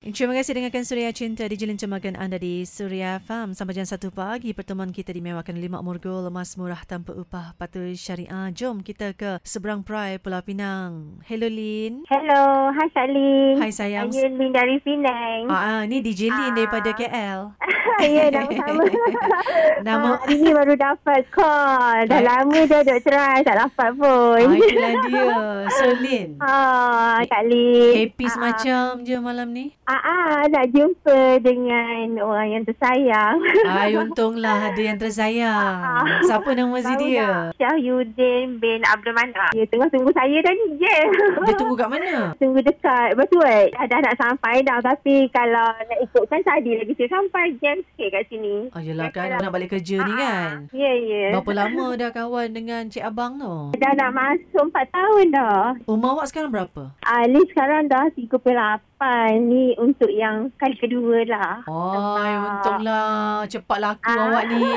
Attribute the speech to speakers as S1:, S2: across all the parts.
S1: Terima kasih dengarkan Suria Cinta di Jilin Cemakan anda di Suria Farm. Sampai jam 1 pagi, pertemuan kita dimewakan Lima Murgul, Lemas Murah Tanpa Upah, Patuh Syariah. Jom kita ke Seberang Perai, Pulau Pinang. Hello, Lin.
S2: Hello, hai Salin.
S1: Hai, sayang.
S2: Saya Lin dari Penang.
S1: Ah, ah, ni DJ Lin
S2: Ah.
S1: daripada KL.
S2: ya, nama sama.
S1: Ah. Nama-
S2: Ah, Hari ni baru dapat call.
S1: Hai.
S2: Dah lama dah duk try, tak dapat
S1: Ah,
S2: pun.
S1: itulah dia. So, Lin.
S2: Ah, Kak Lin.
S1: Happy semacam je malam ni.
S2: Ah, ah, nak jumpa dengan orang yang tersayang.
S1: Ay, untunglah ada yang tersayang.
S2: Ah.
S1: Siapa nama si
S2: Baru
S1: dia?
S2: nak. Syahyudin bin Abdul Manaf. Dia tengah tunggu saya dah ni, je.
S1: Dia tunggu kat mana?
S2: Tunggu dekat Betul dah, dah nak sampai dah Tapi kalau nak ikutkan Tadi lagi saya sampai Jam sikit kat sini
S1: Oh, yelah kan, nak balik kerja ni kan.
S2: Ya, ya.
S1: Berapa lama dah kawan dengan Cik Abang tu?
S2: Dah nak masuk 4 tahun dah.
S1: Umur awak sekarang berapa?
S2: Ali sekarang dah 38. Ni untuk yang kali kedua lah.
S1: Ay, Oh, untunglah. Cepat laku
S2: Ah.
S1: awak ni.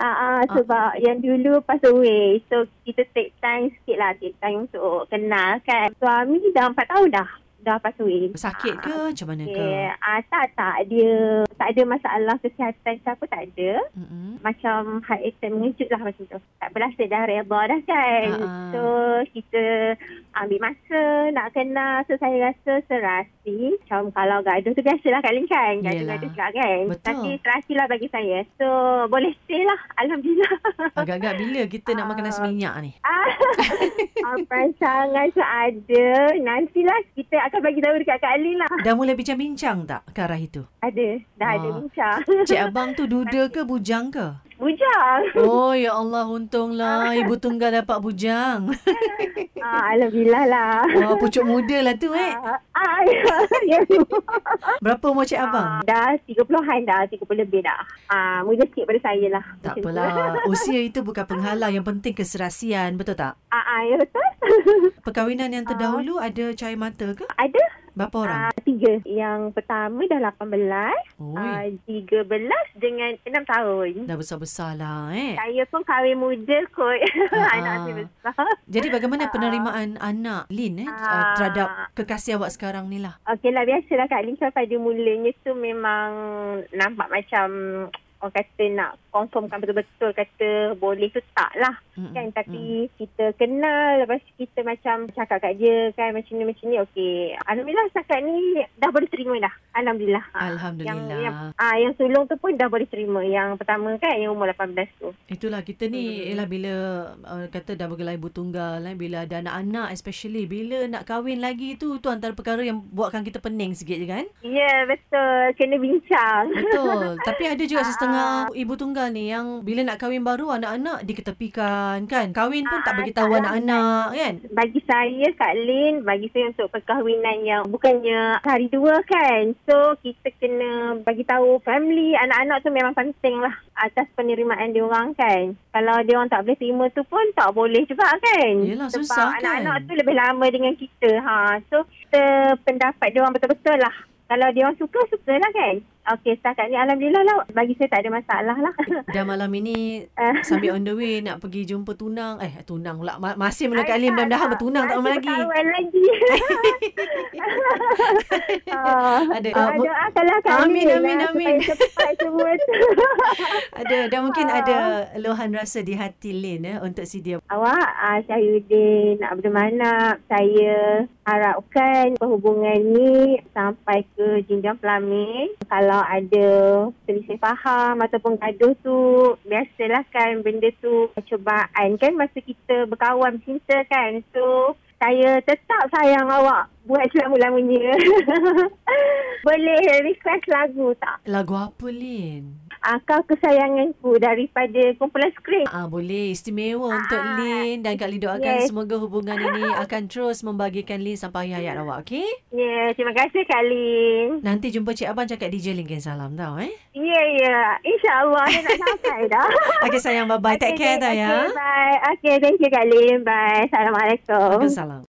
S2: Ah, ah, sebab yang dulu pass away. So, kita take time sikit lah. Take time untuk kenal kan. Suami dah 4 tahun dah. Dah pass away.
S1: Sakit ke? Macam mana ke?
S2: Okay. Ah, tak, tak. Dia tak ada masalah kesihatan siapa tak ada.
S1: Mm-mm.
S2: Macam heart attack mengejut lah macam tu. Tak apalah, saya dah reda dah kan.
S1: Ah, ah.
S2: So, kita ambil masa nak kenal. So, saya rasa serasi. Macam kalau gaduh tu biasalah Kak Lin kan. Gaduh-gaduh
S1: Yelah.
S2: juga kan.
S1: Betul.
S2: Tapi serasi lah bagi saya. So, boleh stay lah. Alhamdulillah.
S1: Agak-agak bila kita nak makan nasi minyak ni?
S2: Ah, ah, Perancangan tu ada. Nantilah kita akan bagi tahu dekat Kak Lin lah.
S1: Dah mulai bincang-bincang tak ke arah itu?
S2: Ada. Dah ada
S1: Ah.
S2: bincang.
S1: Cik Abang tu duda ke bujang ke?
S2: Bujang.
S1: Oh, ya Allah untunglah. Ibu tunggal dapat bujang.
S2: Ah, Alhamdulillah lah.
S1: Wah, pucuk muda lah tu eh.
S2: Ah, ah, ya, ya, tu.
S1: Berapa umur cik abang?
S2: Ah, dah 30-an dah, 30 lebih dah. Ah, muda sikit pada saya lah.
S1: Tak
S2: Macam tu.
S1: apalah. Usia itu bukan penghalang. Yang penting keserasian. Betul tak?
S2: Ah, ah, ya betul.
S1: Perkahwinan yang terdahulu ada cahaya mata ke?
S2: Ada
S1: Berapa orang?
S2: ah, tiga. Yang pertama dah 18, ah,
S1: Ui,
S2: 13 dengan 6 tahun.
S1: dah besar-besar lah eh.
S2: Saya pun kahwin muda kot.
S1: Ah, ah.
S2: Anak saya besar.
S1: Jadi bagaimana penerimaan anak Lin eh uh,
S2: Ah.
S1: terhadap kekasih awak sekarang ni lah?
S2: Okey lah, biasalah Kak Lin. Sebab pada mulanya tu memang nampak macam orang kata nak confirmkan betul-betul kata boleh tu tak lah.
S1: Mm-mm,
S2: kan
S1: mm.
S2: tapi kita kenal lepas tu kita macam cakap kat dia kan macam ni macam ni okey alhamdulillah setakat ni dah boleh terima dah alhamdulillah Ah,
S1: Mm. Alhamdulillah.
S2: yang yang ah yang sulung tu pun dah boleh terima yang pertama kan yang umur 18 tu
S1: Itulah kita ni
S2: Mm.
S1: ialah bila uh, kata dah bergelar ibu tunggal eh, bila ada anak-anak especially bila nak kahwin lagi tu tu antara perkara yang buatkan kita pening sikit je kan.
S2: ya yeah, betul kena bincang
S1: Betul. Tapi ada juga
S2: Ah.
S1: setengah ibu tunggal ni yang bila nak kahwin baru anak-anak diketepikan kan. Kahwin pun tak
S2: Ah,
S1: beritahu
S2: tak
S1: anak-anak kan.
S2: bagi saya Kak Lin bagi saya untuk perkahwinan yang bukannya hari dua kan so kita kena bagi tahu family anak-anak tu memang penting lah atas penerimaan dia orang kan kalau dia orang tak boleh terima tu pun tak boleh juga kan
S1: Yelah,
S2: sebab
S1: susah kan?
S2: anak-anak tu lebih lama dengan kita ha so kita pendapat dia orang betul-betul lah kalau dia orang suka suka lah kan Okey, setakat ni Alhamdulillah lah. Bagi saya tak ada masalah lah.
S1: Dan malam ini
S2: Ah.
S1: sambil on the way nak pergi jumpa tunang. Eh tunang pula. Ma- masih menurut Kak Lim mudah-mudahan bertunang tak lama
S2: Masih
S1: lagi.
S2: berkawan lagi. Ah,
S1: Ada.
S2: ah,
S1: Ah,
S2: doakanlah kami.
S1: Amin, amin,
S2: lah,
S1: amin.
S2: Supaya cepat semua tu.
S1: Ada dan mungkin
S2: Ah.
S1: ada luahan rasa di hati Lin eh untuk si dia.
S2: Awak, ah, Syahyudin, Abdul Manap, saya harapkan perhubungan ni sampai ke jenjang pelamin. Kalau ada selisih faham ataupun gaduh tu, biasalah kan benda tu cubaan kan masa kita berkawan cinta kan. So, saya tetap sayang awak buat selama-lamanya. Boleh request lagu tak?
S1: Lagu apa Lin?
S2: Ah, kau kesayanganku daripada kumpulan skrin.
S1: Ah boleh istimewa untuk
S2: Ah,
S1: Lin dan Kak Lin doakan
S2: yes.
S1: semoga hubungan ini akan terus membagikan Lin sampai akhir hayat awak okey.
S2: Ya, yeah, terima kasih Kak Lin.
S1: Nanti jumpa Cik Abang cakap DJ Linkin Salam tau eh.
S2: Ya, yeah, ya. Yeah. InsyaAllah dah nak sampai dah.
S1: Okey sayang bye bye. Take care tau
S2: Ah, Okay,
S1: ya.
S2: bye. Okay, thank you Kak Lin. Bye. Assalamualaikum.
S1: Waalaikumsalam.